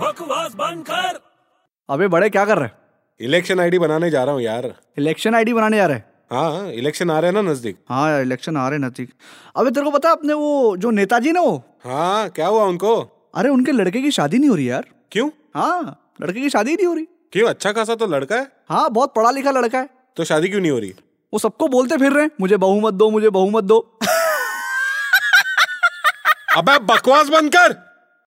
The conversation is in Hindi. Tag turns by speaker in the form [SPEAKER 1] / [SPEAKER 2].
[SPEAKER 1] बकवास बंद कर
[SPEAKER 2] अबे बड़े क्या कर रहे
[SPEAKER 3] इलेक्शन आईडी बनाने जा रहा हूँ यार
[SPEAKER 2] इलेक्शन आईडी बनाने जा रहे हैं
[SPEAKER 3] हाँ इलेक्शन आ रहे हैं ना नजदीक
[SPEAKER 2] हाँ यार इलेक्शन आ रहे हैं नजदीक अबे तेरे को पता है अपने वो जो नेताजी ना वो
[SPEAKER 3] हाँ क्या हुआ उनको
[SPEAKER 2] अरे उनके लड़के की शादी नहीं हो रही यार
[SPEAKER 3] क्यों
[SPEAKER 2] हाँ लड़के की शादी ही नहीं हो रही
[SPEAKER 3] क्यों अच्छा खासा तो लड़का है
[SPEAKER 2] हाँ बहुत पढ़ा लिखा लड़का है
[SPEAKER 3] तो शादी क्यों नहीं हो रही
[SPEAKER 2] वो सबको बोलते फिर रहे हैं मुझे बहुमत दो मुझे बहुमत दो
[SPEAKER 3] अबे बकवास बंद कर